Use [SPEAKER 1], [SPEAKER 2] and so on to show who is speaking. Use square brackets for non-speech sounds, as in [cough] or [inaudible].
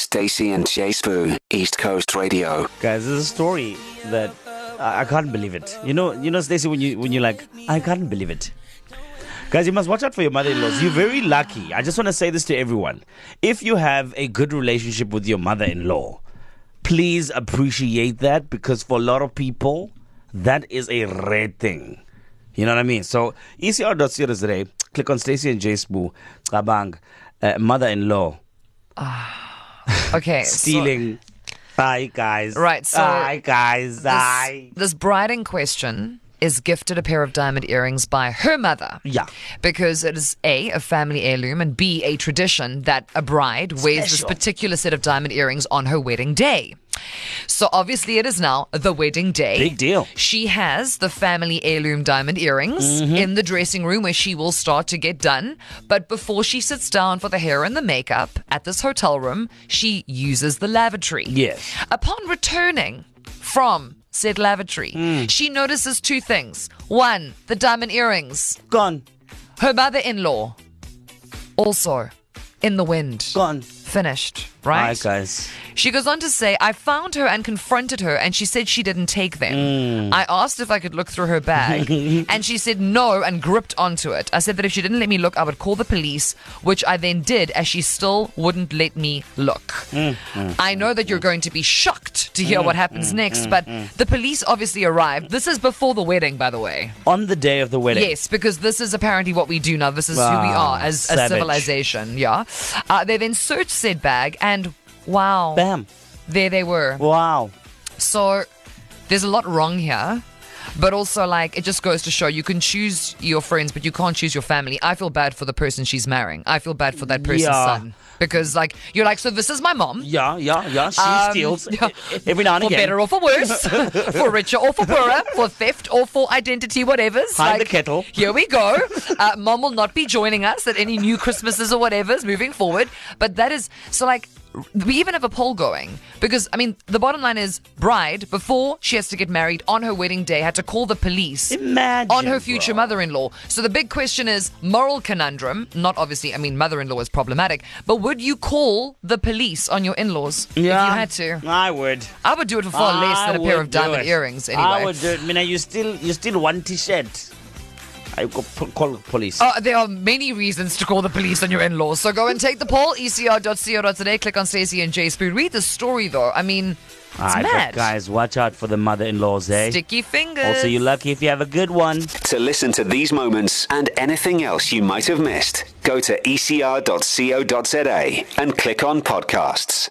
[SPEAKER 1] Stacy and Jay Spoo, East Coast Radio.
[SPEAKER 2] Guys, this is a story that I, I can't believe it. You know, you know, Stacey, when you when you're like, I can't believe it. Guys, you must watch out for your mother-in-laws. You're very lucky. I just want to say this to everyone. If you have a good relationship with your mother-in-law, please appreciate that because for a lot of people, that is a rare thing. You know what I mean? So E ECR.co today, click on Stacey and Jay Spoo, Kabang, uh, mother-in-law,
[SPEAKER 3] Okay. so-
[SPEAKER 2] stealing. Hi guys.
[SPEAKER 3] Right, so
[SPEAKER 2] Hi guys. Hi.
[SPEAKER 3] this, this bride in question is gifted a pair of diamond earrings by her mother.
[SPEAKER 2] Yeah.
[SPEAKER 3] Because it is A, a family heirloom, and B, a tradition that a bride wears this
[SPEAKER 2] Special.
[SPEAKER 3] particular set of diamond earrings on her wedding day. So obviously, it is now the wedding day.
[SPEAKER 2] Big deal.
[SPEAKER 3] She has the family heirloom diamond earrings
[SPEAKER 2] Mm-hmm.
[SPEAKER 3] in the dressing room where she will start to get done. But before she sits down for the hair and the makeup at this hotel room, she uses the lavatory.
[SPEAKER 2] Yes.
[SPEAKER 3] Upon returning from said lavatory, she notices two things. One, the diamond earrings.
[SPEAKER 2] Gone.
[SPEAKER 3] Her mother in law, also in the wind.
[SPEAKER 2] Gone.
[SPEAKER 3] Finished, right?
[SPEAKER 2] Hi guys.
[SPEAKER 3] She goes on to say, I found her and confronted her, and she said she didn't take them.
[SPEAKER 2] Mm.
[SPEAKER 3] I asked if I could look through
[SPEAKER 2] [laughs]
[SPEAKER 3] her bag, and she said no and gripped onto it. I said that if she didn't let me look, I would call the police, which I then did, as she still wouldn't let me look.
[SPEAKER 2] Mm,
[SPEAKER 3] I know that you're going to be shocked to hear what happens
[SPEAKER 2] mm,
[SPEAKER 3] next, but the police obviously arrived. This is before the wedding, by the way.
[SPEAKER 2] On the day of the wedding.
[SPEAKER 3] Yes, because this is apparently what we do now. This is who we
[SPEAKER 2] Wow,
[SPEAKER 3] are as a
[SPEAKER 2] savage.
[SPEAKER 3] civilization. Yeah. Uh, they then searched said bag, and wow.
[SPEAKER 2] Bam.
[SPEAKER 3] There they were.
[SPEAKER 2] Wow.
[SPEAKER 3] So there's a lot wrong here. But also, like, it just goes to show you can choose your friends, but you can't choose your family. I feel bad for the person she's marrying. I feel bad for that person's
[SPEAKER 2] Yeah.
[SPEAKER 3] son. Because, like, you're like, so this is my mom.
[SPEAKER 2] Yeah, yeah, yeah. She
[SPEAKER 3] Um,
[SPEAKER 2] steals
[SPEAKER 3] yeah.
[SPEAKER 2] every now and
[SPEAKER 3] For
[SPEAKER 2] again.
[SPEAKER 3] better or
[SPEAKER 2] [laughs]
[SPEAKER 3] for worse, for richer or for poorer, for theft or for identity, whatever's.
[SPEAKER 2] Hide the kettle.
[SPEAKER 3] Here we go. Uh, Mom will not be joining us at any new Christmases or whatever's moving forward. But that is so like. We even have a poll going because I mean the bottom line is bride before she has to get married on her wedding day had to call the police
[SPEAKER 2] Imagine,
[SPEAKER 3] on her future
[SPEAKER 2] bro.
[SPEAKER 3] mother-in-law. So the big question is moral conundrum. Not obviously I mean mother-in-law is problematic, but would you call the police on your in-laws
[SPEAKER 2] yeah,
[SPEAKER 3] if you had to?
[SPEAKER 2] I would.
[SPEAKER 3] I would do it for far less
[SPEAKER 2] I
[SPEAKER 3] than a pair
[SPEAKER 2] would
[SPEAKER 3] of
[SPEAKER 2] do
[SPEAKER 3] diamond
[SPEAKER 2] it.
[SPEAKER 3] earrings anyway.
[SPEAKER 2] I would do it. Mina, you still, you still want t-shirt. I go p- call police.
[SPEAKER 3] Uh, there are many reasons to call the police on your in-laws. So go and take the poll, E ecr.co.today. Click on Stacey and Jay Spoon. Read the story, though. I mean, it's
[SPEAKER 2] All right, but
[SPEAKER 3] mad.
[SPEAKER 2] guys, watch out for the mother-in-laws, eh?
[SPEAKER 3] Sticky fingers.
[SPEAKER 2] also, you're lucky if you have a good one.
[SPEAKER 1] To listen to these moments and anything else E you might have missed, go to ecr.co.za and click on podcasts.